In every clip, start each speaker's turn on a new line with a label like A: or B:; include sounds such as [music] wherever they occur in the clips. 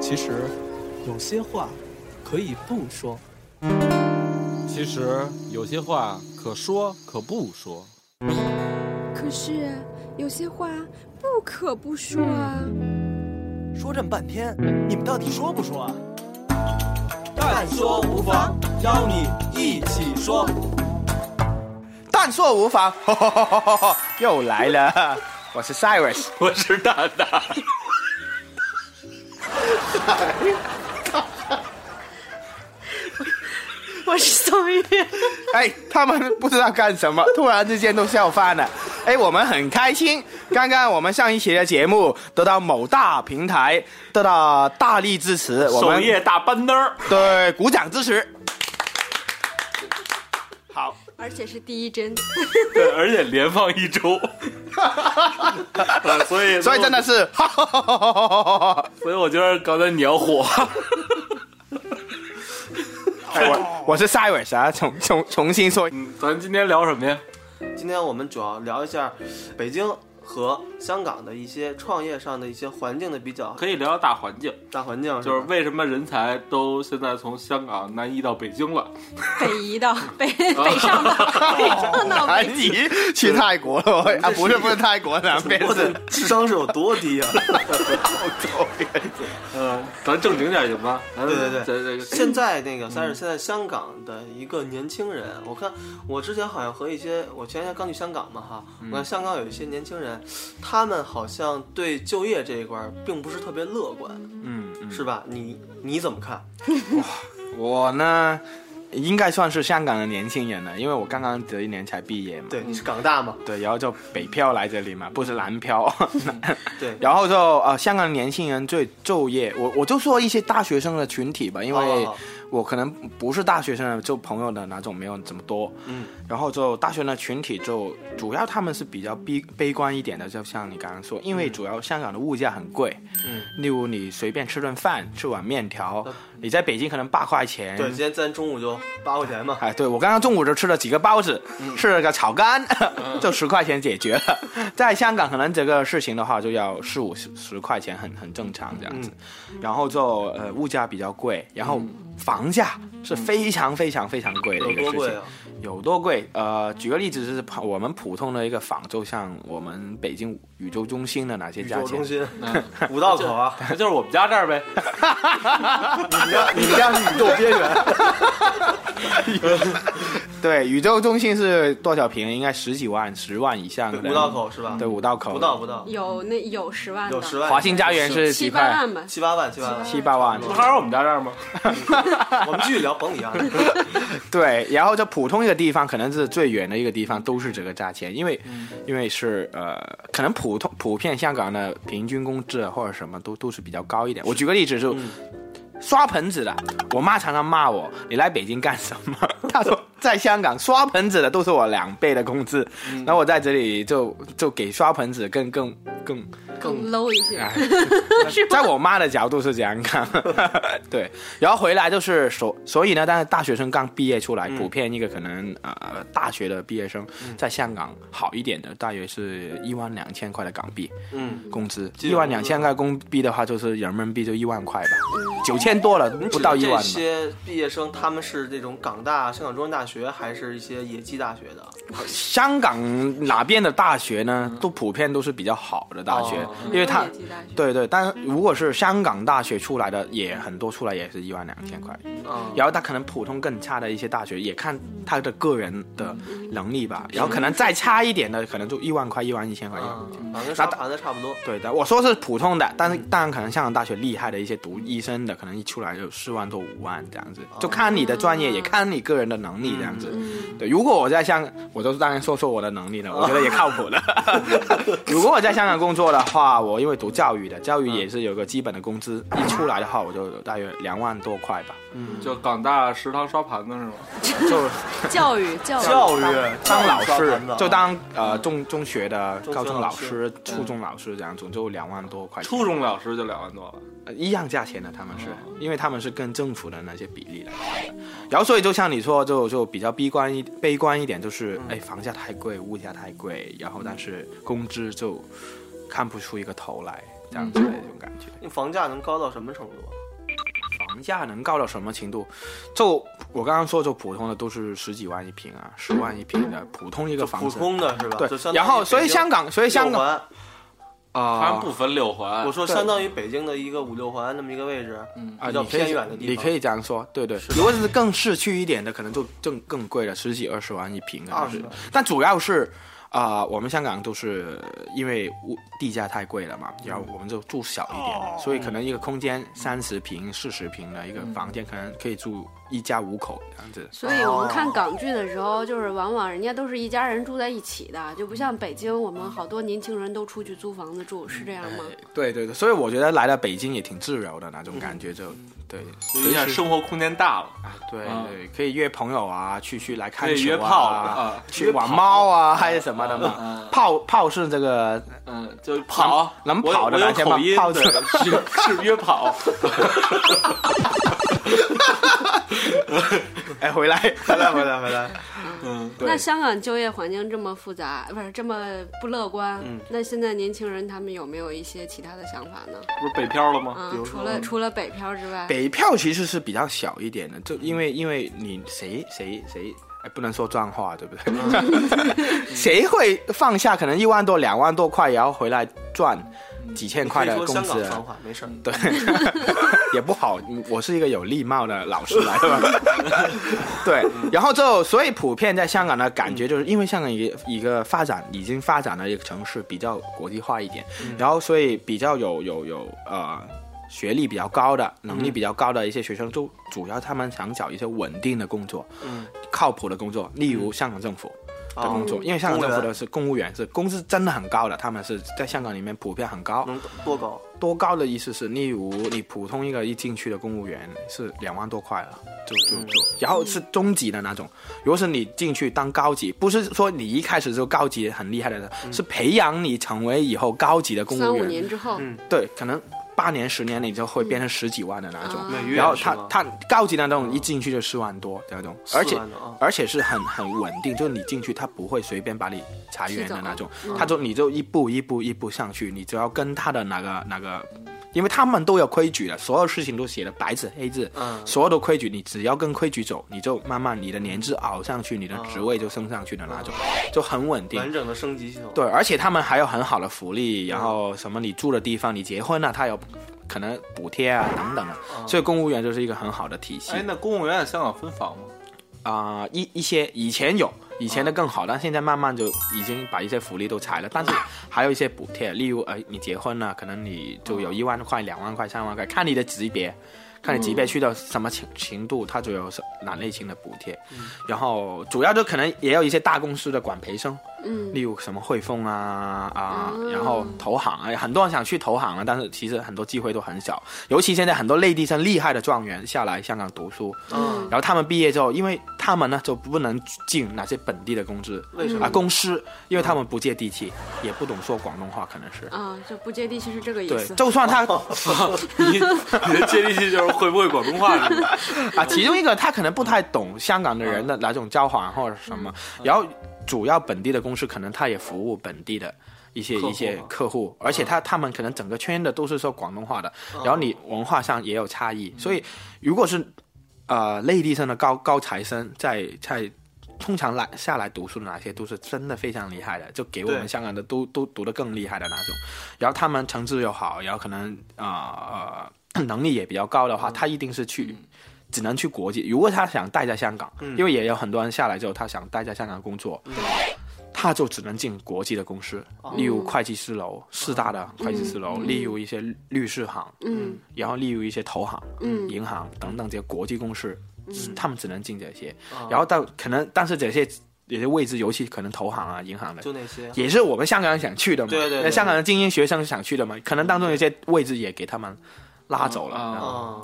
A: 其实，有些话可以不说。
B: 其实有些话可说可不说。
C: 可是啊有些话不可不说啊。
D: 说这么半天，你们到底说不说啊？
E: 但说无妨，邀你一起说。
F: 但说无妨，哈哈哈哈哈！ [laughs] 又来了，我是 Cyrus，
G: 我是蛋蛋。
H: 我是宋玉。
F: 哎，他们不知道干什么，突然之间都笑翻了。哎，我们很开心。刚刚我们上一期的节目得到某大平台得到大力支持，我
G: 首
F: 们
G: 页大班灯
F: 对鼓掌支持。好，
H: 而且是第一针，
G: 对，而且连放一周。呃所以，
F: 所以真的是，
G: [laughs]
F: 哈哈哈哈哈哈哈！
G: 所以我觉得刚才你要火，
F: 哎我 [laughs] 我是 Cyrus 啊，重重重新说，
G: 嗯咱今天聊什么呀？
E: 今天我们主要聊一下北京和香港的一些创业上的一些环境的比较，
G: 可以聊聊大环境，
E: 大环境
G: 就是
E: 吧
G: 为什么人才都现在从香港南移到北京了。
H: 北移到北北上到北上到
F: 哎，
H: 北京。
F: 你去泰国了喂啊？不是不是泰
G: [laughs]
F: 国，南边
E: 我的
F: 是
E: 智商是有多低啊！
G: 嗯，咱正经点行吗？咱
E: 对对对
G: 咱这个
E: 现在那个三是现在香港的一个年轻人，我看我之前好像和一些我前天刚去香港嘛哈，我看香港有一些年轻人，他们好像对就业这一块儿并不是特别乐观，
G: 嗯，嗯
E: 是吧？你你怎么看？
F: 我呢，应该算是香港的年轻人了，因为我刚刚这一年才毕业嘛。
E: 对，你是港大嘛？
F: 对，然后就北漂来这里嘛，不是南漂。 [laughs]
E: 对，
F: 然后就呃，香港的年轻人最就业，我我就说一些大学生的群体吧，因
E: 好好
F: 为
E: 好
F: 我可能不是大学生的，就朋友的那种没有这么多。
E: 嗯，
F: 然后就大学生的群体就主要他们是比较悲悲观一点的，就像你刚刚说，因为主要香港的物价很贵，
E: 嗯，
F: 例如你随便吃顿饭，吃碗面条
E: 那，
F: 你在北京可能八块钱，
E: 对，今天咱中午就八块钱嘛，
F: 哎，对我刚刚中午就吃了几个包子，
E: 嗯
F: 吃了个炒肝， [laughs] 就十块钱解决了。在香港，可能这个事情的话，就要四五十十块钱很，很正常这样子。
E: 嗯
F: 然后就呃，物价比较贵，然后房价是非常非常非常贵
E: 嗯
F: 的
E: 有
F: 一个
E: 多
F: 事
E: 贵
F: 情
E: 啊。？
F: 有多贵？呃，举个例子，就是普我们普通的一个房，就像我们北京宇宙中心的哪些
E: 宇
F: 价
E: 宙
F: 钱
E: 中？心，五道口啊，
G: 那就是我们家
F: [laughs]
G: 这儿呗。
E: 你们家是宇宙边缘，
F: 对，宇宙中心是多少平？应该十几万、十万以上的。
E: 五道口是吧？
F: 对，五道口。
E: 不到不到，
H: 有那有十万的，
E: 有十万，
F: 华兴家园是几
H: 七
F: 块？
H: 八万吧。
E: 七八万，七八万，
F: 七八万。
G: 不还是我们家这儿吗？
E: 我们继续聊，甭理啊。
F: 对，然后就普通一个地方，可能是最远的一个地方，都是这个价钱，因为、因为是呃，可能普通普遍香港的平均工资啊或者什么都都是比较高一点。我举个例子就。刷盆子的，我妈常常骂我，你来北京干什么？ [laughs] 她说在香港刷盆子的都是我两倍的工资，然后我在这里就就给刷盆子更更更
H: 更 low 一些。
F: 哎在我妈的角度是这样看， [laughs] 对。然后回来就是所所以呢，但是大学生刚毕业出
E: 嗯
F: 来，普遍一个可能呃大学的毕业生，在香港好一点的，大约是一万两千块的港币
E: 嗯，
F: 工资，
E: 基
F: 一
E: 本
F: 万
E: 工
F: 两
E: 资
F: 千块工币的话，就是人民币就一万块吧，九千多了，不到一万
E: 这
F: 吧。
E: 些毕业生他们是那种港大、香港中文大学，还是一些野鸡大学的？
F: 香港哪边的大学呢，都普遍都是比较好的大学
E: 嗯哦，
F: 因为它
H: 美国也极大学
F: 对对，但如果是香港大学出来的，也很多出来也是一万两千块。
E: 啊，
F: 然后他可能普通更差的一些大学，也看他的个人的能力吧。然后可能再差一点的，可能就一万块、一万一千块。一万
E: 啊反正跟沙盘的差不多。
F: 对的，我说是普通的，但是当然可能香港大学厉害的一些读医生的，可能一出来就四万多、五万这样子，就看你的专业，也看你个人的能力这样子。对，如果我在香，我就当然说说我的能力了，我觉得也靠谱的。如果我在香港工作的话，我因为读教育的，教育也是有个基本的工资，一出来的话我就大约两万多块吧，
E: 嗯
G: 就港大食堂刷盘子是吗？
F: 就。
H: 教育教育
E: 教育
F: 当老师就
E: 当
F: 当呃中中学的
E: 中学
F: 高中
E: 老
F: 老
E: 师
F: 师、初中老师这样，总就两万多块钱，
G: 初中老师就两万多了。
F: 呃一样价钱的，他们是因为他们是跟政府的那些比例来的，然后所以就像你说，就就比较悲观一悲观一点，就是哎房哎价太贵，物价太贵，然后但是工资就看不出一个头来，这样子的一种感觉。
E: 那房价能高到什么程度？啊
F: 房价能高到什么程度？就我刚刚说，就普通的都是十几万一平啊，十万一平的普通一个房
E: 普
F: 子。
E: 通的是吧？就
F: 对，
E: 相当于
F: 然后所以
E: 北京
F: 香港，所以香
E: 六
F: 港
E: 环，
G: 它
F: 啊
G: 不分六环
E: 我，说
F: 对
E: 相当于北京的一个五六环那么一个位置，
F: 啊，
E: 比较
F: 你可以
E: 偏远的地方
F: 你可以这样说，对对。如果是更市区一点的，可能就更更贵了，十几二十万一平啊。
E: 20万
F: 但主要是啊、我们香港都是因为物地价太贵了嘛，然后我们就住小一点的，所以可能一个空间三十平、四十平的一个房间，可能可以住一家五口这样子。
H: 所以我们看港剧的时候，就是往往人家都是一家人住在一起的，就不像北京，我们好多年轻人都出去租房子住，是这样吗？
F: 对对对，所以我觉得来到北京也挺自由的那种感觉就，对，
G: 有点生活空间大了，
F: 啊，对
G: 啊
F: 对，可以约朋友啊，去去来看
G: 可以
F: 球
G: 约炮啊
F: 去玩猫啊，还是什么的
G: 啊
F: 嘛
G: 啊。
F: 炮炮是这个
G: 嗯，就跑
F: 能
G: 我有
F: 跑的
G: 我有
F: 男生
G: 口
F: 吗
G: 音，
F: 跑
G: 对，
F: 的
G: 是是约跑，
F: 哎，
E: [laughs]
F: 回来
E: 回来回来回
F: [laughs]
E: 来，
G: 嗯
F: 对
H: 那香港就业环境这么复杂，不是这么不乐观，
F: 嗯
H: 那现在年轻人他们有没有一些其他的想法呢？
G: 不是北漂
F: 哦
G: 了吗？
H: 啊
E: 比，如说
H: 除了除了北漂之外，
F: 北票其实是比较小一点的，就因为因为你谁谁谁。哎，不能说脏话，对不
E: 嗯
F: [laughs] 对？谁会放下可能一万多、两万多块，然后回来赚几千块
E: 可以
F: 的
E: 说
F: 工
E: 香港
F: 资啊？
E: 繁华没事儿。
F: 对，也不好。嗯我是一个有礼貌的老师来的， [laughs] 对。然后就所以普遍在香港的感觉，就是因为香港一个一个发展已经发展的一个城市比较国际化一点，
E: 嗯
F: 然后所以比较有有有呃。学历比较高的、能
E: 嗯
F: 力比较高的一些学生，就主要他们想找一些稳定的工作，
E: 嗯，
F: 靠谱的工作，例如香港政府的
E: 哦
F: 工作，因为香港
E: 公务
F: 政府
E: 员
F: 的是公务员，是工资真的很高的，他们是在香港里面普遍很高，
E: 啊能多高？
F: 多高的意思是，例如你普通一个一进去的公务员是两万多块了，就就就，然后是中级的那种。如果是你进去当高级，不是说你一开始就高级很厉害的，是培养你成为以后高级的公
H: 三
F: 务
H: 五
F: 员。
H: 年之后，
F: 对，可能八年十年你就会变成十几万的那种。
H: 啊
E: 每月
F: 然后
E: 是
F: 他
E: 吗
F: 他高级的那种一进去就四万多那种，而且
E: 四万多啊
F: 而且是很很稳定，就是你进去他不会随便把你裁员的那种
H: 踢走，
F: 他就你就一步一步一步上去，你只要跟他的那个那个，因为他们都有规矩的，所有事情都写的白纸黑字，
E: 嗯
F: 所有的规矩你只要跟规矩走，你就慢慢你的年资熬上去，你的职位就升上去的那种，就很稳定。
E: 完整的升级系统。
F: 对，而且他们还有很好的福利，然后什么你住的地方，你结婚了，啊他有可能补贴啊等等的，所以公务员就是一个很好的体系
G: 哎，那公务员在香港分房吗？
F: 啊、一一些以前有。以前的更好，但现在慢慢就已经把一些福利都裁了，但是还有一些补贴，例如呃，你结婚了，可能你就有一万块、两万块、三万块，看你的级别，看你级别去到什么程程度，它就有什哪类型的补贴。然后主要就可能也有一些大公司的管培生，
H: 嗯，
F: 例如什么汇丰啊啊，
H: 哦
F: 然后投行啊，很多人想去投行了，但是其实很多机会都很小。尤其现在很多内地生厉害的状元下来香港读书，
E: 嗯，
F: 然后他们毕业之后，因为他们呢就不能进那些本地的公司
E: 为什
F: 啊
E: 么？嗯
F: 公司，因为他们不接地气，也不懂说广东话，可能是。
H: 啊，就不接地气是这个意
F: 对，
H: 思。
F: 就算他
G: [laughs] 你 [laughs] 你的接地气就是会不会广东话是吧？
F: 啊，其中一个他可能不太懂香港的人的哪种交换或者什么，然后主要本地的公司可能他也服务本地的一些
E: 客户
F: 一些
E: 嘛
F: 客户，而且他他们可能整个圈的都是说广东话的，
E: 啊
F: 然后你文化上也有差异，所以如果是呃内地生的高高材生在在。通常来下来读书的那些都是真的非常厉害的，就给我们
E: 对
F: 香港的都都读得更厉害的那种。然后他们成绩又好，然后可能啊呃能力也比较高的话，他一定是去只能去国际。如果他想待在香港，因为也有很多人下来之后，他想待在香港工作，他就只能进国际的公司，例如会计师楼、四大的会计师楼，例如一些律师行，
H: 嗯
F: 然后例如一些投行、
H: 嗯
F: 银行等等这些国际公司，他们只能进这些。嗯
E: 啊
F: 然后到可能，但是这些有些位置，尤其可能投行啊、银行的，
E: 就那些。
F: 也是我们香港人想去的嘛。
E: 对对对
F: 那香港的精英学生想去的嘛，可能当中有些位置也给他们拉走了，
G: 嗯
F: 然后
E: 啊，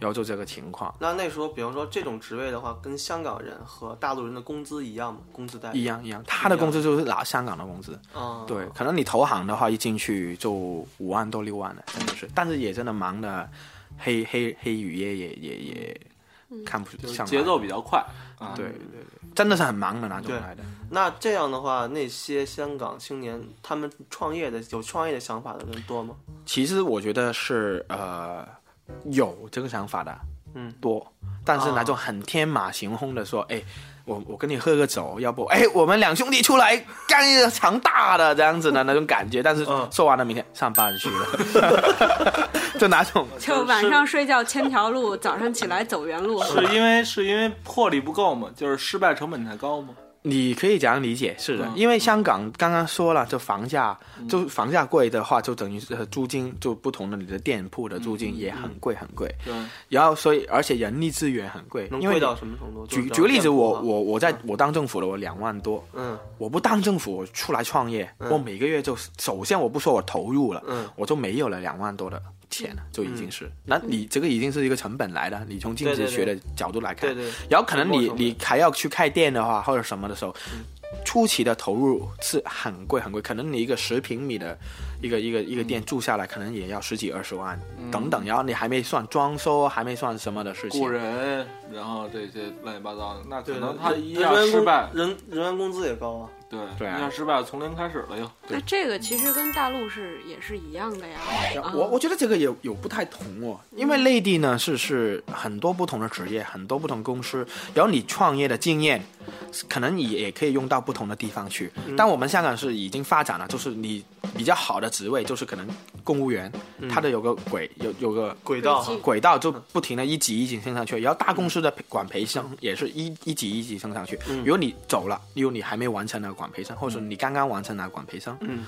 F: 然后就这个情况。
E: 那那时候，比方说这种职位的话，跟香港人和大陆人的工资一样吗？工资待遇
F: 一样一样，他的工资就是拿香港的工资。
E: 啊，
F: 对，可能你投行的话，一进去就五万多六万了，真的是。但是也真的忙的，黑黑黑雨夜也也也看不
E: 就是
F: 上来
G: 节奏比较快啊。
F: 对对对，真的是很忙的那种
E: 对
F: 来的。
E: 那这样的话，那些香港青年他们创业的有创业的想法的人多吗？
F: 其实我觉得是呃有这个想法的，
E: 嗯，
F: 多，但是那种很天马行空的说，哎、我我跟你喝个酒，要不哎我们两兄弟出来干一场大的这样子的那种感觉，但是
E: 嗯
F: 说完了明天上班去了，就哪种
H: 就晚上睡觉千条路，早上起来走原路。
G: 是 [laughs] 因为是因为魄力不够吗？就是失败成本太高吗？
F: 你可以这样理解，是的，
G: 嗯
F: 因为香港刚刚说了，就房价，就房价贵的话，就等于是呃租金，就不同的你的店铺的租金也很贵很贵，
G: 对，
F: 然后所以而且人力资源很贵，
E: 能
F: 因
E: 贵
F: 为你
E: 到什么程度？
F: 举
E: 就是
F: 举个例子，
E: 店铺
F: 我
E: 啊
F: 我我在我当政府了，我两万多，
E: 嗯
F: 我不当政府，我出来创业，
E: 嗯
F: 我每个月就首先我不说我投入了，
E: 嗯，
F: 我就没有了两万多的钱了，就已经是，那你这个已经是一个成本来的，你从经
E: 对
F: 济
E: 对
F: 学
E: 对
F: 的角度来看
E: 对，对，
F: 然后可能
E: 沉没
F: 你
E: 成本
F: 你还要去开店的话，或者什么的时候，
E: 嗯
F: 初期的投入是很贵很贵，可能你一个十平米的一个一个一个
E: 嗯
F: 店住下来，可能也要十几二十万、
G: 嗯
F: 等等，然后你还没算装修，还没算什么的事
G: 雇
F: 情。
G: 人，然后这些乱七八糟的，那可
E: 对
G: 能他一
E: 人
G: 下
E: 员
G: 失
E: 工
G: 败，
E: 人人员工资也高啊。
G: 对，
F: 对啊
G: 一下失败从零开始了又。
H: 那这个其实跟大陆是也是一样的呀。啊
F: 我我觉得这个也有不太同哦，因为内地呢是是很多不同的职业，很多不同公司，然后你创业的经验，可能你也可以用到不同的地方去。但我们香港是已经发展了，就是你比较好的职位，就是可能公务员，他的有个轨有有个
E: 轨道哈
H: 轨迹
F: 轨道就不停的一级一级升上去，然后大公司的管培生也是一一级一级升上去。如果你走了，例如你还没完成那个管培生，或者说你刚刚完成那个管培生，
E: 嗯，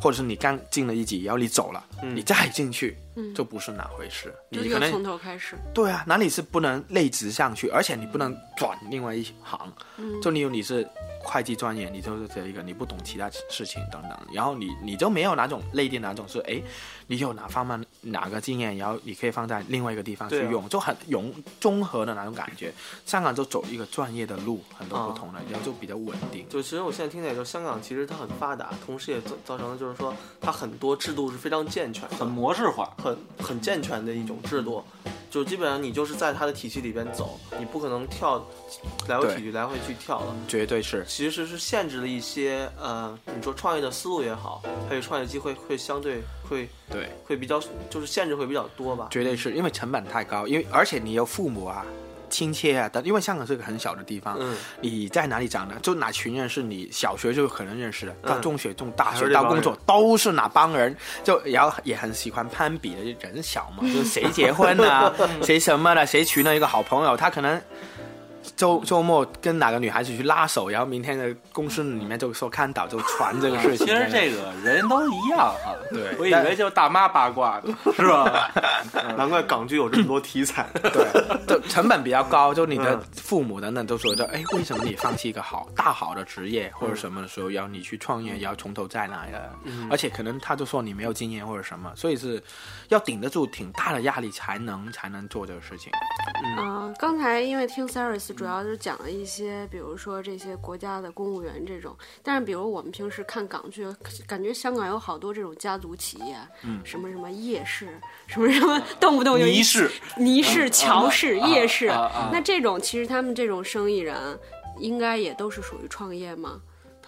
F: 或者是你刚进了一级，然后你走了，
E: 嗯
F: 你再进去
H: 嗯
F: 就不是那回事。
H: 就
F: 嗯你
H: 又
F: 可
H: 从
F: 能
H: 头开始，
F: 对啊，哪里是不能类直上去，而且你不能转另外一行。
E: 嗯
F: 就例如你是会计专业，你就是这一个，你不懂其他事情等等，然后你你就没有哪种内地哪种是哎，你有哪方面哪个经验，然后你可以放在另外一个地方去
E: 对啊
F: 用，就很融综合的那种感觉。香港就走一个专业的路，很多不
E: 哦
F: 同的，然后就比较稳定。
E: 就其实我现在听起来，就是香港其实它很发达，同时也造造成了就是说它很多制度是非常健全的，
G: 很模式化，
E: 很很健全的一种制度，就基本上你就是在它的体系里边走，你不可能跳来回
F: 对
E: 体育来回去跳了。
F: 绝对是，
E: 其实是限制了一些呃，你说创业的思路也好，还有创业机会会相对会
F: 对，
E: 会比较，就是限制会比较多吧。
F: 绝对是因为成本太高，因为而且你有父母啊、亲戚啊等，因为香港是个很小的地方，
E: 嗯，
F: 你在哪里长的？就哪群人是你小学就可能认识的，到
E: 嗯
F: 中学、中大
E: 还
F: 学
E: 是这
F: 到
E: 帮
F: 工作都是哪帮人？就然后也很喜欢攀比的人小
E: [laughs]
F: 嘛，就谁结婚啊，
E: 嗯
F: 谁什么的，谁娶了一个好朋友，他可能。周周末跟哪个女孩子去拉手，然后明天的公司里面就说看到就传这个事
E: [laughs]
G: 其
F: 情。
G: 实这个人都一样哈。
F: 对
G: 我以为就是大妈八卦的，是
H: [laughs]
G: 吧？
E: 难怪港剧有这么多题材。
F: 对，就成本比较高，就你的
E: 嗯
F: 父母等等都觉得，哎，为什么你放弃一个好大好的职业或者什么的时候，要你去创业，要从头再来的？
E: 嗯
F: 而且可能他就说你没有经验或者什么，所以是要顶得住挺大的压力才能才能做这个事情。
H: 啊，刚才因为听 Saris 主要就是讲了一些，比如说这些国家的公务员这种，但是比如我们平时看港剧，感觉香港有好多这种家族企业，
G: 嗯
H: 什么什么叶氏，什么什么，动不动就
G: 倪
H: 一
G: 氏，
B: 嗯
H: 倪氏、乔氏、叶氏
G: 嗯啊啊，
H: 那这种其实他们这种生意人，应该也都是属于创业吗？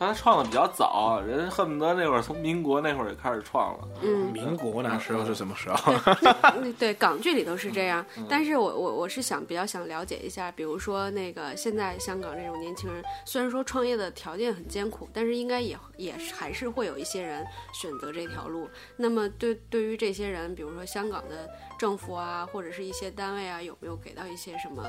G: 他创的比较早，人恨不得那会儿从民国那会儿就开始创了。
H: 嗯，
F: 民国那时候是什么时候？
H: 那对港剧里头是这样，但是我我我是想比较想了解一下，比如说那个现在香港这种年轻人，虽然说创业的条件很艰苦，但是应该也也是还是会有一些人选择这条路。那么对对于这些人，比如说香港的政府啊，或者是一些单位啊，有没有给到一些什么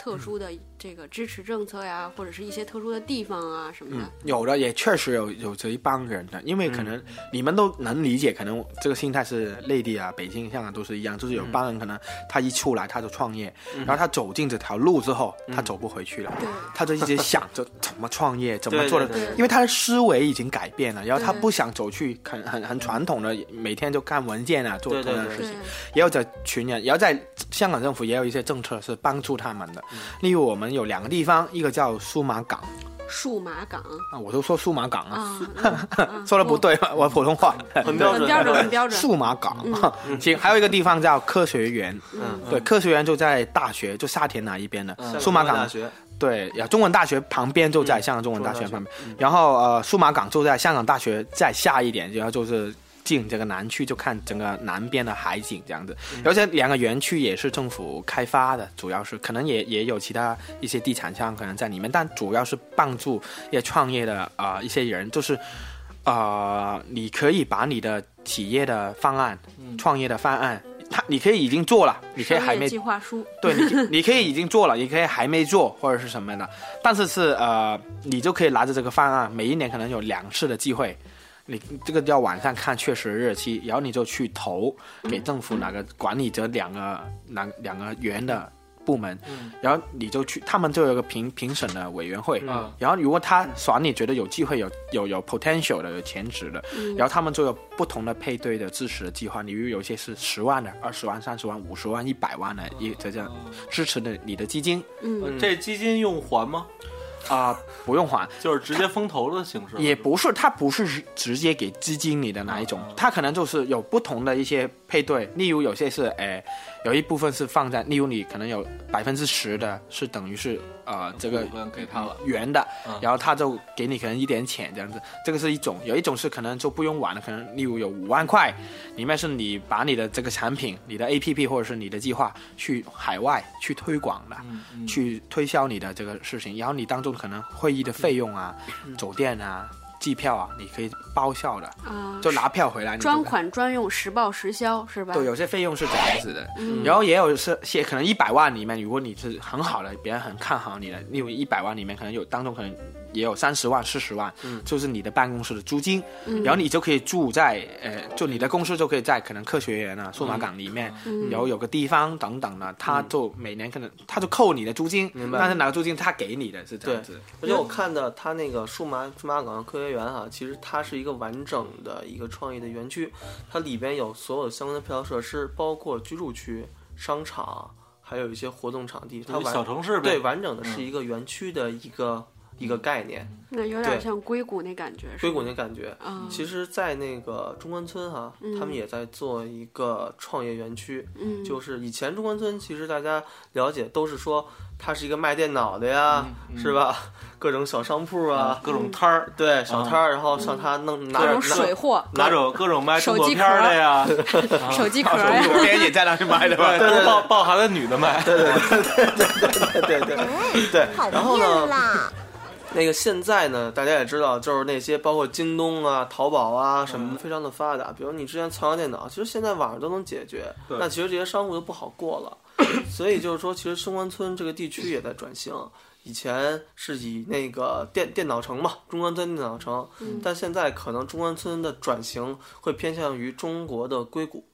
H: 特殊的这个支持政策呀，或者是一些特殊的地方啊什么
E: 嗯
H: 的？
F: 有的也确实有有这一帮人的，因为可能你们都能理解，可能这个心态是内地啊、北京、香港都是一样，就是有
E: 嗯
F: 帮人可能他一出来他就创业，然后他走进这条路之后，
E: 嗯
F: 他走不回去了，他就一直想着怎么创业，怎么做的
E: 对
H: 对对，
F: 因为他的思维已经改变了，然后他
H: 对
F: 不想走去很很很传统的每天就看文件啊，做
E: 对
F: 同
E: 对
F: 样的
E: 对
H: 对
F: 事情，也有这群人，也要在香港政府也有一些政策是帮助他们的。
H: 嗯
F: 例如我们有两个地方，一个叫数码港
H: 数码港
F: 啊，我都说数码港啊，
H: 啊，嗯
F: 说的不，对，啊我普通话。
E: 很
H: 嗯
E: 标
H: 很
E: 准，
H: 标准，很标准。
F: 数码港，
H: 嗯
F: [laughs] 行，还有一个地方叫科学园，
E: 嗯，
F: 对，科学园就在大学，就沙田那一边的
E: 嗯
F: 数码
E: 香大
F: 港，
E: 学，
F: 对，呀，中文大学旁边就在
E: 嗯
F: 香港中文大学
E: 中文大
F: 旁
E: 学嗯
F: 边，然后呃，数码港就在香港大学再下一点，然后就是进这个南区，就看整个南边的海景这样子。
E: 嗯
F: 而且两个园区也是政府开发的，主要是可能也也有其他一些地产商可能在里面，但主要是帮助一些创业的啊、呃一些人，就是啊，你可以把你的企业的方案、
E: 嗯
F: 创业的方案，它你可以已经做了，你可以还
H: 商
F: 没
H: 业计划书，
F: 对你可，你可以已经做了，也可以还没做或者是什么的，但是是呃，你就可以拿着这个方案，每一年可能有两次的机会，你这个要网上看确实日期，然后你就去投给政府哪个管理者两个哪两个园的部门，然后你就去，他们就有个评评审的委员会，
B: 嗯
F: 然后如果他选你觉得有机会有有有 potential 的有潜质的，然后他们就有不同的配对的支持的计划，你如有些是十万的、二十万、三十万、五十万、一百万的一这样支持的你的基金
H: 嗯，
B: 这基金用还吗？
F: 啊、不用还，
B: 就是直接风投的形式，
F: 也不是，它不是直接给基金里的那一种，它可能就是有不同的一些配对，例如有些是诶、有一部分是放在，例如你可能有百分之十的是等于是呃这个
B: 部分给他了
F: 圆的，然后他就给你可能一点钱这样子，这个是一种，有一种是可能就不用玩了，可能例如有五万块，里面是你把你的这个产品、你的 APP 或者是你的计划去海外去推广的，
B: 嗯
G: 嗯
F: 去推销你的这个事情，然后你当中可能会议的费用啊、酒店啊、机票啊，你可以报销的，
H: 啊，
F: 就拿票回来。你就
H: 专款专用，实报实销是吧？
F: 对，有些费用是这样子的，然后也有是些可能一百万里面，如果你是很好的，别人很看好你的，例如一百万里面可能有当中可能也有三十万、四十万，就是你的办公室的租金，
H: 嗯
F: 然后你就可以住在呃，就你的公司就可以在可能科学园啊、数码港里面，
H: 嗯
F: 然后有个地方等等的，他就每年可能他就扣你的租金，
E: 明白
F: 但是哪个租金他给你的是这样子，
E: 而且我看到它那个数码数码港科学园啊，其实它是一个完整的一个创意的园区，它里边有所有相关的配套设施，包括居住区、商场，还有一些活动场地，它
B: 就
E: 完
B: 小城市呗。嗯
E: 对完整的是一个园区的一个、一个概念，
H: 那有点
E: 对
H: 像硅谷那感觉，是
E: 硅谷
H: 吗
E: 那感觉。
H: 啊，
F: 嗯
E: 其实，在那个中关村哈、啊他们也在做一个创业园区，
H: 嗯，
E: 就是以前中关村，其实大家了解都是说它是一个卖电脑的呀，是吧？ [laughs] 各种小商铺啊，
B: 嗯各种摊儿，啊嗯
E: 对小摊儿，然后上它弄拿
H: 嗯各
E: 着
H: 种水
E: 拿
H: 货、
B: 拿着各种卖动
H: 手
B: 作
H: 机壳
B: 片儿的呀，
H: [laughs] 手机壳呀，
F: 别人也在那里买的吧 [laughs]
B: 对，。都是抱抱孩子女的卖。
E: [laughs] 对对对，然后呢，那个现在呢，大家也知道，就是那些包括京东啊、淘宝啊什么的，非常的发达。比如你之前藏个电脑，其实现在网上都能解决，那其实这些商户就不好过了。所以就是说，其实中关村这个地区也在转型。以前是以那个电电脑城嘛，中关村电脑城，但现在可能中关村的转型会偏向于中国的硅谷，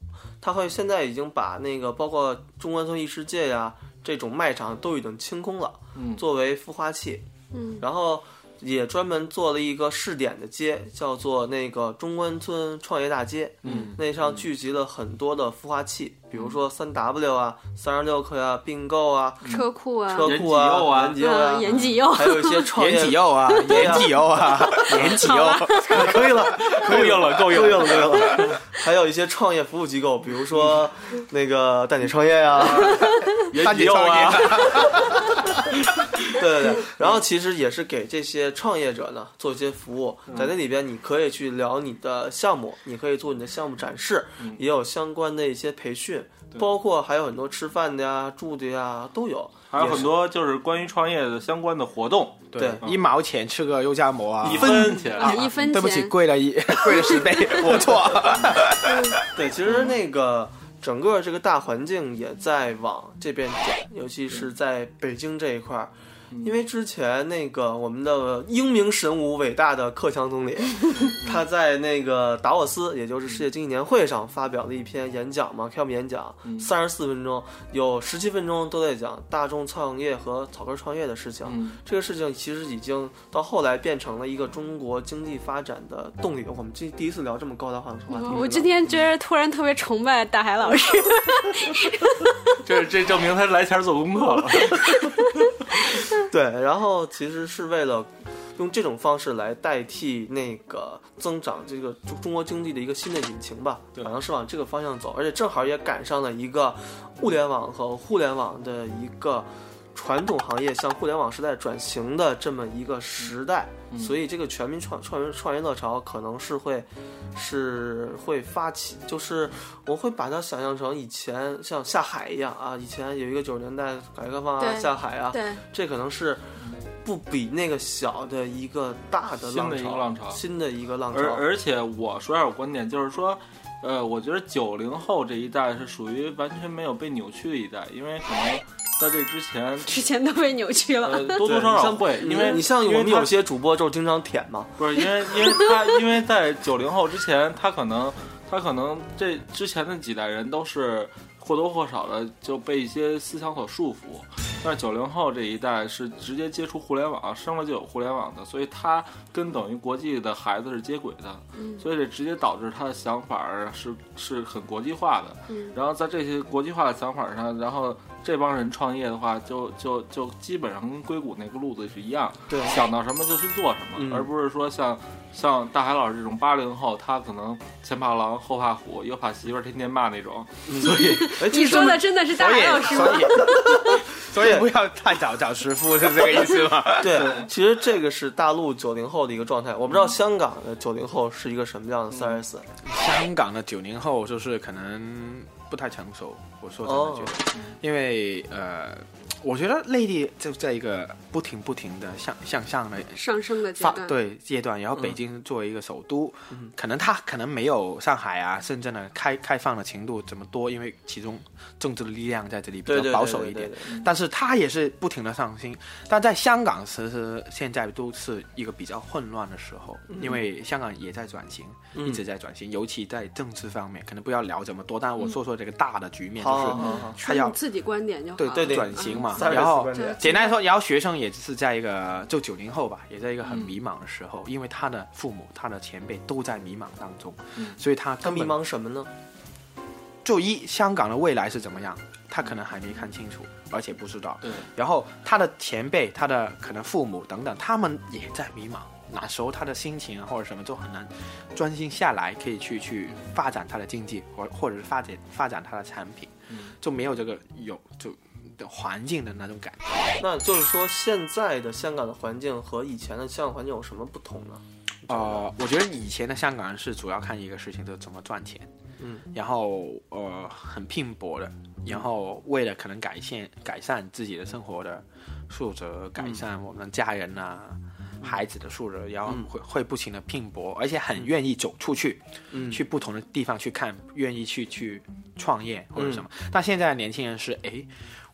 E: 它会现在已经把那个包括中关村异世界呀、这种卖场都已经清空了，作为孵化器，
H: 嗯，
E: 然后也专门做了一个试点的街，叫做那个中关村创业大街。嗯，那上聚集了很多的孵化器，比如说三 W 啊、三十六课啊、并购啊、
H: 车库啊，
E: 车库啊、
B: 人
E: 人
H: 嗯
E: 机幼啊、
H: 延吉柚，
F: 哎
E: 还有一些创业
F: [laughs] 延吉柚啊，延吉柚啊，延吉柚，
E: [laughs] 可以了，可以了，够
B: 硬
E: 了，够硬了。还有一些创业服务机构，比如说那个带你创业啊
B: [laughs]
E: 呀、
F: 三姐
B: 啊
F: 创业。
E: 啊对对对，然后其实也是给这些创业者呢做一些服务，
B: 嗯
E: 在那里边你可以去聊你的项目，你可以做你的项目展示，
B: 嗯
E: 也有相关的一些培训，包括还有很多吃饭的呀、住的呀都有，
B: 还有
E: 也是
B: 很多就是关于创业的相关的活动，
E: 对
F: 一毛钱吃个肉夹馍啊，
B: 一分钱
H: [laughs] 啊，一分
F: 对不起，
H: 钱，
F: 贵了一 [laughs] 贵了十倍，我错。
E: 对，其实那个整个这个大环境也在往这边转，尤其是在北京这一块儿。因为之前那个我们的英明神武、伟大的克强总理，他在那个达沃斯，也就是世界经济年会上发表了一篇演讲嘛，KOM 演讲，三十四分钟，有十七分钟都在讲大众创业和草根创业的事情。这个事情其实已经到后来变成了一个中国经济发展的动力。我们这第一次聊这么高大上的话题，
H: 嗯我今天觉得突然特别崇拜大海老
F: [laughs]
H: 师，
G: 这这证明他来前做功课了。
E: 对，然后其实是为了用这种方式来代替那个增长这个中中国经济的一个新的引擎吧，好像是往这个方向走，而且正好也赶上了一个物联网和互联网的一个传统行业向互联网时代转型的这么一个时代，所以这个全民创创业创业热潮可能是会是会发起，就是我会把它想象成以前像下海一样啊，以前有一个九十年代改革开放啊
H: 对
E: 下海啊，
H: 对，
E: 这可能是不比那个小的一个大的
G: 新
E: 浪
G: 的一个
E: 潮，
G: 浪潮
E: 新的一个浪潮
G: 而而且我说一下我观点，就是说，呃，我觉得九零后这一代是属于完全没有被扭曲的一代，因为可能在这之前，
H: 之前都被扭曲了。
E: [laughs]
G: 呃，多多少少会，
E: 你
G: 因为
E: 你像
G: 因为
E: 我们有
G: 他
E: 些主播就经常舔嘛，
G: 不是因为因为他因为在九零后之前，他可能他可能这之前的几代人都是或多或少的就被一些思想所束缚，但是九零后这一代是直接接触互联网，生了就有互联网的，所以他跟等于国际的孩子是接轨的，
F: 嗯
G: 所以这直接导致他的想法儿是是很国际化的。
H: 嗯
G: 然后在这些国际化的想法上，然后这帮人创业的话，就就就基本上跟硅谷那个路子是一样，
E: 对
G: 想到什么就去做什么，
E: 嗯
G: 而不是说像像大海老师这种八零后，他可能前怕狼后怕虎，又怕媳妇儿，天天骂那种。
E: 所以哎，
H: 你
E: 其实
H: 说
E: 这么
H: 的真的是大海老师吗？
F: 所以不要太早找师傅，是这个意思吗？
E: 对，其实这个是大陆九零后的一个状态。我不知道香港的九零后是一个什么样的三十四，
F: 香港的九零后就是可能不太成熟，我说真的觉得，因为呃，我觉得内地就在一个不停不停的向向上的
H: 上升的阶
F: 发
H: 段，，
F: 对阶段，然后北京作为一个首都，可能它可能没有上海啊、深圳的开开放的程度这么多，因为其中政治的力量在这里比
E: 对对
F: 较保守一
E: 对对
F: 点
E: 对，
F: 但是它也是不停的上新。但在香港，其实现在都是一个比较混乱的时候，
E: 嗯
F: 因为香港也在转型，一直在转型，尤其在政治方面，可能不要聊这么多，但我说说这个大的局面，
E: 嗯好
F: 就
E: 好
F: 是
H: 嗯
E: 好好，
F: 它要
H: 你自己观点就好
F: 对
H: 了。嗯
E: 对对
F: 转型嘛，
E: 三十
F: 然
E: 四
F: 后
E: 观点。
F: 简单来说，然后学生也是在一个就九零后吧，也在一个很迷茫的时候，
E: 嗯
F: 因为他的父母、他的前辈都在迷茫当中，所以他
E: 他嗯
F: 根
E: 迷
F: 本
E: 茫什么呢？
F: 就一香港的未来是怎么样，他
E: 嗯
F: 可能还没看清楚，而且不知道。
G: 对，
F: 然后他的前辈、他的可能父母等等，他们也在迷茫。那时候他的心情啊或者什么就很难专心下来，可以去去发展他的经济，或或者是发展发展他的产品，就没有这个有就环境的那种感觉。
E: 那就是说，现在的香港的环境和以前的香港环境有什么不同呢？
H: 哦
F: 呃，我觉得以前的香港人是主要看一个事情，就是怎么赚钱，
E: 嗯，
F: 然后呃很拼搏的，然后为了可能改善改善自己的生活的素质，
H: 嗯
F: 改善我们家人啊、孩子的素质，然
H: 嗯
F: 后会会不停的拼搏，而且很愿意走出去，
E: 嗯
F: 去不同的地方去看，愿意去去创业或者什么。
H: 嗯
F: 但现在的年轻人是，哎，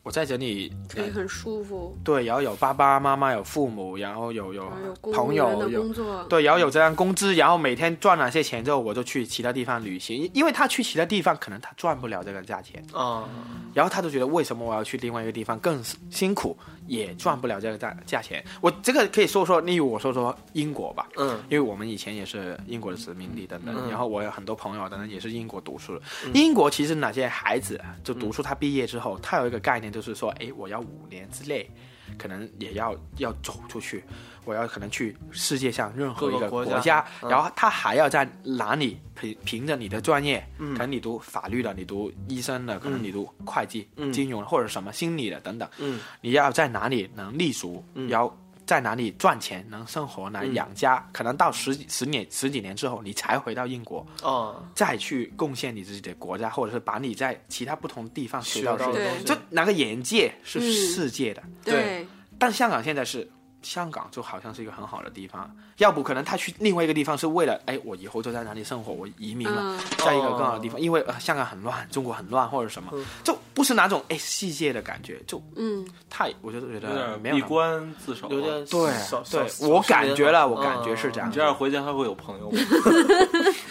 F: 我在这里
H: 可以很舒服，
F: 对，然后有爸爸妈妈，有父母，然后有有
H: 然嗯后有公务
F: 朋
H: 员
F: 友，
H: 的
F: 有
H: 工作，
F: 对，然后有这样工资，然后每天赚了些钱之后，我就去其他地方旅行，因因为他去其他地方可能他赚不了这个价钱，
E: 啊，
F: 然后他就觉得为什么我要去另外一个地方更辛苦，也赚不了这个价价钱。我这个可以说说，例如我说说英国吧，
E: 嗯，
F: 因为我们以前也是英国的殖民地等等，
E: 嗯
F: 然后我有很多朋友等等也是英国读书的。英国其实哪些孩子就读书，他毕业之后，他有一个概念就是说，哎，我要五年之内，可能也要要走出去，我要可能去世界上任何一
E: 各个
F: 个
E: 国
F: 国
E: 家
F: 家，
E: 嗯
F: 然后他还要在哪里凭凭着你的专业，
E: 嗯
F: 可能你读法律的，你读医生的，可能你读会计、金融或者什么心理的等等，
E: 嗯，
F: 你要在哪里能立足，然后在哪里赚钱能生活来养家，可能到十几十年十几年之后，你才回到英国，
E: 啊，
F: 再去贡献你自己的国家，或者是把你在其他不同地方学
E: 学
F: 到
E: 到
F: 的
E: 的
F: 东
E: 东
F: 西，
E: 西，
H: 对
F: 就那个眼界是
H: 嗯
F: 世界的。
H: 对，
F: 但香港现在是香港就好像是一个很好的地方，要不可能他去另外一个地方是为了，哎，我以后就在哪里生活，我移民了，
H: 嗯
F: 在一个更好的地方，因为、呃、香港很乱，中国很乱或者什么，就不是那种哎世界的感觉，就
H: 嗯，
F: 太，我就觉
G: 有
F: 得
G: 点
F: 没有
G: 闭
F: 那么
G: 关自守。
E: 有点
F: 对
E: 小
F: 对
E: 小小
F: 我
E: 市民
F: 感觉了
E: 啊
F: 我感觉是这样
G: 你这样回家还会有朋友吗？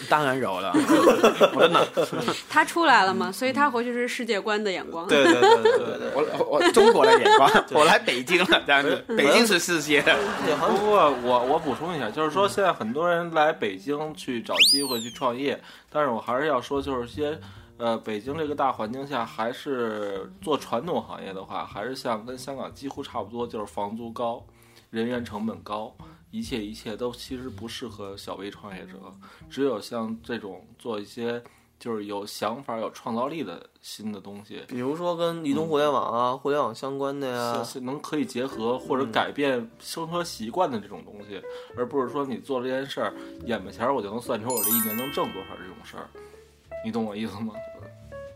F: 当然有了， [laughs]
H: 他出来了嘛，所以他回去是世界观的眼光。
E: 对对对对对对，
F: 我我我中国的眼光，我来北京了，这样子，北京是世界的，
E: 也嗯好
G: 不
E: 像
G: 过我我补充一下，就是说现在很多人来北京去找机会去创业，但是我还是要说，就是些呃，北京这个大环境下，还是做传统行业的话，还是像跟香港几乎差不多，就是房租高，人员成本高。一切一切都其实不适合小微创业者，只有像这种做一些就是有想法、有创造力的新的东西，
E: 比如说跟移动互联网啊、互联网相关的呀
G: 是，是能可以结合或
E: 嗯
G: 者改变生活习惯的这种东西，而不是说你做这件事儿，眼巴前儿我就能算出我这一年能挣多少这种事儿，你懂我意思吗？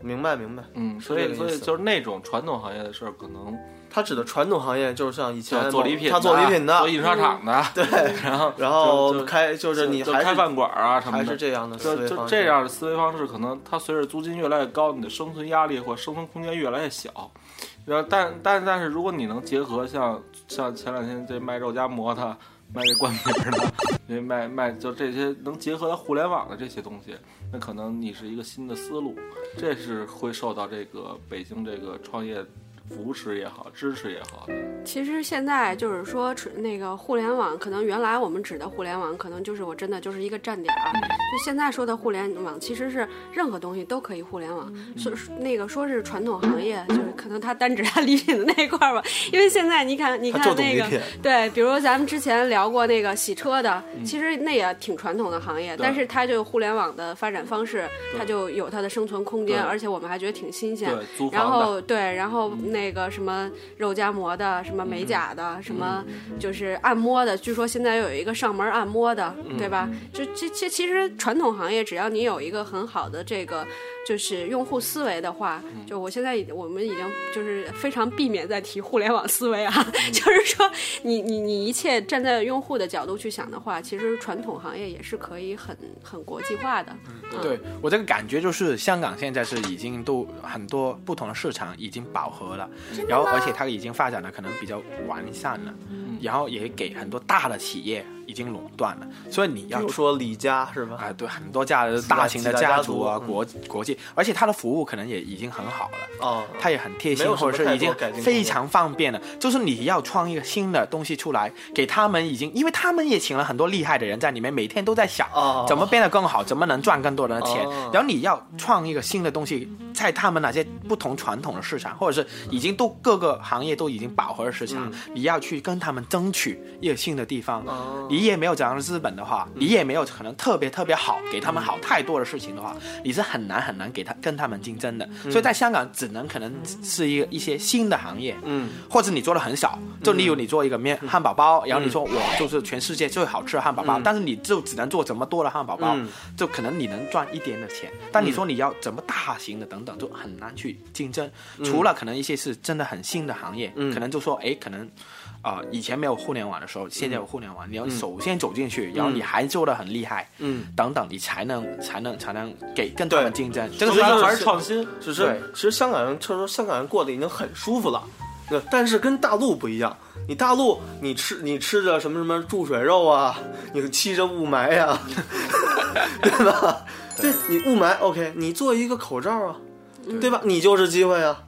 E: 明白明白。
G: 嗯，
E: 是
G: 所
E: 这
G: 以
E: 个
G: 所
E: 意
G: 以
E: 思
G: 就是那种传统行业的事儿，可能
E: 他指的传统行业就是像以前
G: 像做礼品的，
E: 他做礼品的
G: 做，印刷厂的，对，然后
E: [laughs] 然后
G: 就
E: 开就是你
G: [laughs] 就
E: 还
G: 开
E: 是
G: 饭馆儿啊什么
E: 还
G: 的，
E: 是这样的思
G: 就
E: 维
G: 就
E: 方
G: 这
E: 式。
G: 样的思维方式，可能它随着租金越来越高，你的生存压力或生存空间越来越小。然后，但但但是，如果你能结合像像前两天这卖肉夹馍的、卖这灌饼儿的、那卖卖就这些能结合到互联网的这些东西，那可能你是一个新的思路，这是会受到这个北京这个创业扶持也好、支持也好的。
H: 其实现在就是说，除那个互联网，可能原来我们指的互联网，可能就是我真的就是一个站点儿。就现在说的互联网，其实是任何东西都可以互联网。说那个说是传统行业，就是可能它单指它礼品的那一块儿吧，因为现在你看，你
E: 他
H: 看
E: 就懂
H: 那
E: 礼
H: 个
E: 品，
H: 对，比如咱们之前聊过那个洗车的，
G: 嗯
H: 其实那也挺传统的行业，但是它就互联网的发展方式，它就有它的生存空间，
G: 对
H: 而且我们还觉得挺新鲜。
G: 对，租
H: 然
G: 房的。
H: 后对，然后那个什么肉夹馍的，什么美甲的，什么就是按摩的，据说现在有一个上门按摩的，对吧？就这这其实传统行业，只要你有一个很好的这个就是用户思维的话，就我现在已我们已经就是非常避免再提互联网思维啊， [laughs] 就是说你你你一切站在用户的角度去想的话，其实传统行业也是可以很很国际化的，嗯
F: 对我这个感觉就是，香港现在是已经都很多不同的市场已经饱和了，然后而且它已经发展的可能比较完善了，然后也给很多大的企业已经垄断了，所以你
E: 比
F: 要
E: 如说李佳是吧？
F: 啊，对很多家的大型的
E: 几大
F: 家族啊，
E: 家族嗯
F: 国国际，而且它的服务可能也已经很好了。
E: 哦，
F: 它也很贴心
E: 没，有什
F: 或
E: 么
F: 者是已经
E: 太多改进空间
F: 非常方便了。就是你要创一个新的东西出来，给他们已经，因为他们也请了很多厉害的人在里面，每天都在想
E: 哦
F: 怎么变得更好，怎么能赚更多的钱
E: 哦。
F: 然后你要创一个新的东西，在他们那些不同传统的市场，或者是已经都各个行业都已经饱和的市
E: 嗯
F: 场，你要去跟他们争取一个新的地方。
E: 哦
F: 你也没有讲资本的话，
E: 嗯
F: 你也没有可能特别特别好，给他们好太多的事情的话，你是很难很难给他跟他们竞争的。
E: 嗯
F: 所以在香港，只能可能是一个一些新的行业，
E: 嗯，
F: 或者你做的很少，就例如你做一个面汉堡包，然后你说我就是全世界最好吃的汉堡包，但是你就只能做这么多的汉堡包
E: 嗯，
F: 就可能你能赚一点的钱，但你说你要怎么大型的等等，就很难去竞争。除了可能一些是真的很新的行业，可能就说哎，可能。啊，以前没有互联网的时候，现在有互联网，你要首先走进去，然后你还做的很厉害，
E: 嗯，
F: 等等，你才能才能才能给跟他
E: 对
F: 们竞争。这
E: 这
F: 个
E: 个
F: 是
E: 时候
G: 还
E: 还
G: 是
E: 是
G: 创新，
E: 只
F: 对
E: 是其实香港人，就是说香港人过得已经很舒服了，对。但是跟大陆不一样，你大陆你吃你吃着什么什么注水肉啊，你吸着雾霾呀、
F: [laughs]
E: 对吧？对你雾霾 OK，你做一个口罩啊，
F: 嗯
E: 对吧？你就是机会啊，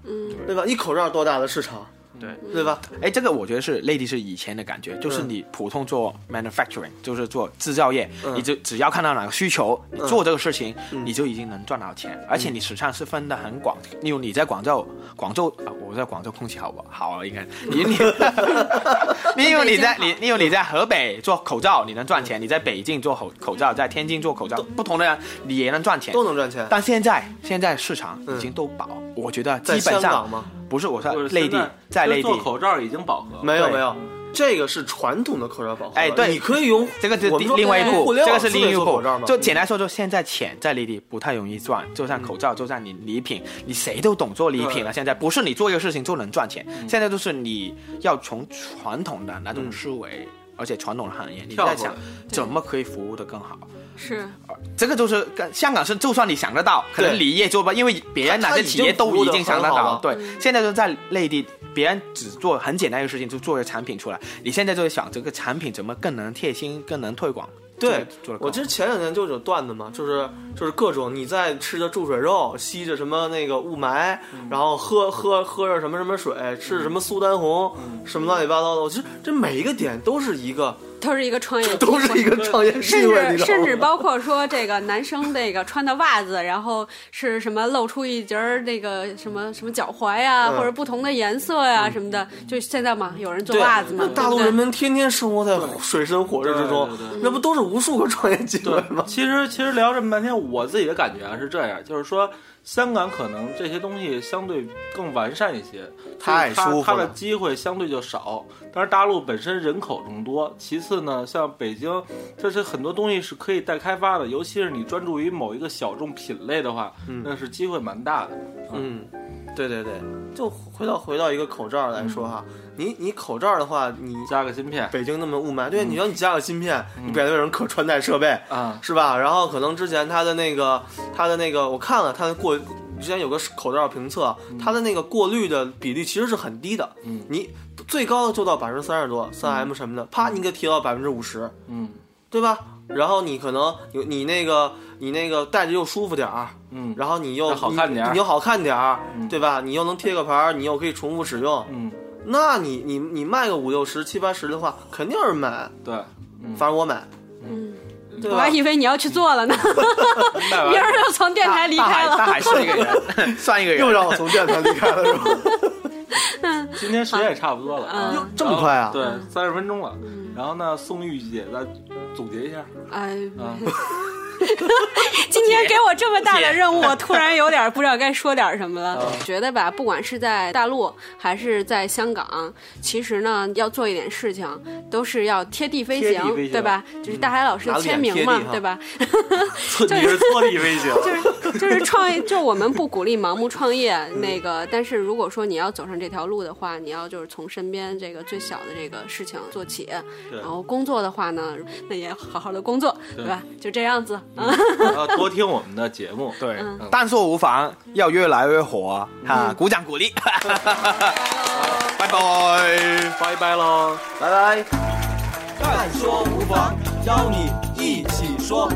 E: 对吧？一口罩多大的市场，
F: 对
E: 对吧？
F: 哎，这个我觉得是内地是以前的感觉，
E: 嗯
F: 就是你普通做 manufacturing，就是做制造业，
E: 嗯
F: 你就只要看到哪个需求，你做这个事情，你就已经能赚到钱，而
E: 嗯
F: 且你时尚是分的很广。例如你在广州，广州啊，我在广州空气好不好啊？
E: [laughs]
F: 应该你你，例如你在你例如你在河北做口罩，你能赚
E: 嗯
F: 钱；你在北京做口口罩，在天津做口罩，不同的人你也能赚钱。
E: 都能赚钱。
F: 但现在现在市场已经都饱，我觉得基
E: 在
F: 本
E: 香
F: 上
E: 港吗？
F: 不是我说
G: 就是
F: 内
G: 现
F: 地，在内地
G: 做口罩已经饱和了，
E: 没有
F: 对
E: 没有，这个是传统的口罩保护罩。
F: 哎对
E: 你可以用
F: 这个是
E: 我
F: 第
E: 们说
F: 另外一步，
E: 互联
F: 这
E: 网
F: 个是
E: 思
F: 另一
E: 维做
F: 步
E: 口罩嘛。
F: 就简单说，就现在钱在内地不太容易赚，就像口罩，就像你礼品，你谁都懂做礼品了。现在不是你做一个事情就能赚钱，
E: 嗯
F: 现在就是你要从传统的那种思维，而且传统的行业，你
E: 跳
F: 在
E: 过
F: 想
E: 来
F: 怎么可以服务的更好。
H: 是
F: 这个就是跟香港是，就算你想得到，可能
E: 对
F: 你也做不到，因为别人
E: 他
F: 哪
E: 他
F: 些
E: 已
F: 企
E: 经
F: 业都
E: 服务
F: 已
E: 得
F: 经
E: 很
F: 想得
E: 好
F: 到
E: 了。嗯
F: 对，现在就在内地，别人只做很简单一个事情，就做一个产品出来。你现在就在想这个产品怎么更能贴心，更能推广。
E: 对
F: 做得更，好
E: 我之前两天就有段子嘛，就是就是各种你在吃着注水肉，吸着什么那个雾霾，然后喝喝喝着什么什么水，吃着什么苏丹红，什么乱七八糟的。我其实这每一个点都是一个，
H: 都是一个创
E: [laughs]
H: 业
E: 都是一个哦创业机
H: 甚
E: 会，你
H: 至
E: 知道吗 [laughs]
H: 甚至包括说这个男生这个穿的袜子，然后是什么露出一截儿那个什么什么脚踝呀、
E: 嗯
H: 或者不同的颜色呀、什么的，就现在嘛，有人做
E: 对
H: 袜子嘛
E: 那，大陆
H: 对不对
E: 人民天天生活在水深火热之中
G: 对对，
E: 那不都是无数个创业机会 [laughs]
G: 对
E: 吗，？
G: 其实其实聊这么半天，我自己的感觉啊是这样，就是说香港可能这些东西相对更完善一些，
E: 太
G: 就是它
E: 舒服
G: 它的
E: 了
G: 机会相对就少。但是大陆本身人口众多，其次呢，像北京，这是很多东西是可以待开发的，尤其是你专注于某一个小众品类的话，那是机会蛮大的。
E: 嗯，对对对，就回到回到一个口罩来说哈，你你口罩的话，你
G: 加个芯片
E: 北京那么雾霾，
G: 嗯
E: 对，你让你加个芯片，你感觉有人可穿戴设备，
G: 啊，
E: 是吧？然后可能之前它的那个它的那个，我看了它的过，之前有个口罩评测，它的那个过滤的比率其实是很低的，
G: 嗯
E: 你最高的就到百分之三十多，三 M 什么的，啪，你给提到百分之五十，
G: 嗯
E: 对吧？然后你可能你你那个你那个戴着又舒服点儿，
G: 嗯
E: 然后你又
G: 再好看点儿
E: 你，你又好看点儿，
G: 嗯
E: 对吧？你又能贴个牌儿，你又可以重复使用。
G: 嗯，
E: 那你你你卖个五六十、七八十的话，肯定有人买，
G: 对，嗯
E: 反正我买，
H: 嗯，
E: 对
H: 我
E: 吧
H: 还？以为你要去做了呢，[laughs]
G: 卖
H: 明
G: 完
H: 儿就从电台离
F: 大
H: 开
F: 海，大
H: 了。
F: 海是一个
E: [laughs]
F: 人，算一个人。
E: 又让我从电台离开了，是吧？
G: 今天时间也差不多了啊
H: 嗯。
E: 哟，这么快啊？
G: 对，三十分钟了。然后呢，宋玉姐再总结一下
H: 哎，
E: [laughs]
G: 啊，
H: 今天给我这么大的任
E: [laughs]
H: 务，我突然有点不知道该说点什么了。
E: 嗯
H: 觉得吧，不管是在大陆还是在香港，其实呢，要做一点事情，都是要贴地飞
G: 贴地
H: 行，
G: 飞行
H: 对吧？就是大海老师
E: 拿
H: 的
E: 脸
H: 签名
E: 贴
H: 嘛
E: 地，哈
H: 对吧？ [laughs]
E: 你是坐地飞行，
H: 就是 [laughs] 就是创业，就我们不鼓励盲目创业
E: 嗯
H: 那个，但是如果说你要走上这条路的话，你要就是从身边这个最小的这个事情做起，然后工作的话呢，那也好好的工作，对吧？就这样子，嗯，
G: 要啊多听我们的节目。嗯
F: 对，但说无妨，要越来越火
E: 嗯
F: 啊！鼓掌
E: [laughs]
F: 鼓励，拜拜。
G: 拜拜喽。
E: 拜拜。
A: 但说无妨，邀你一起说。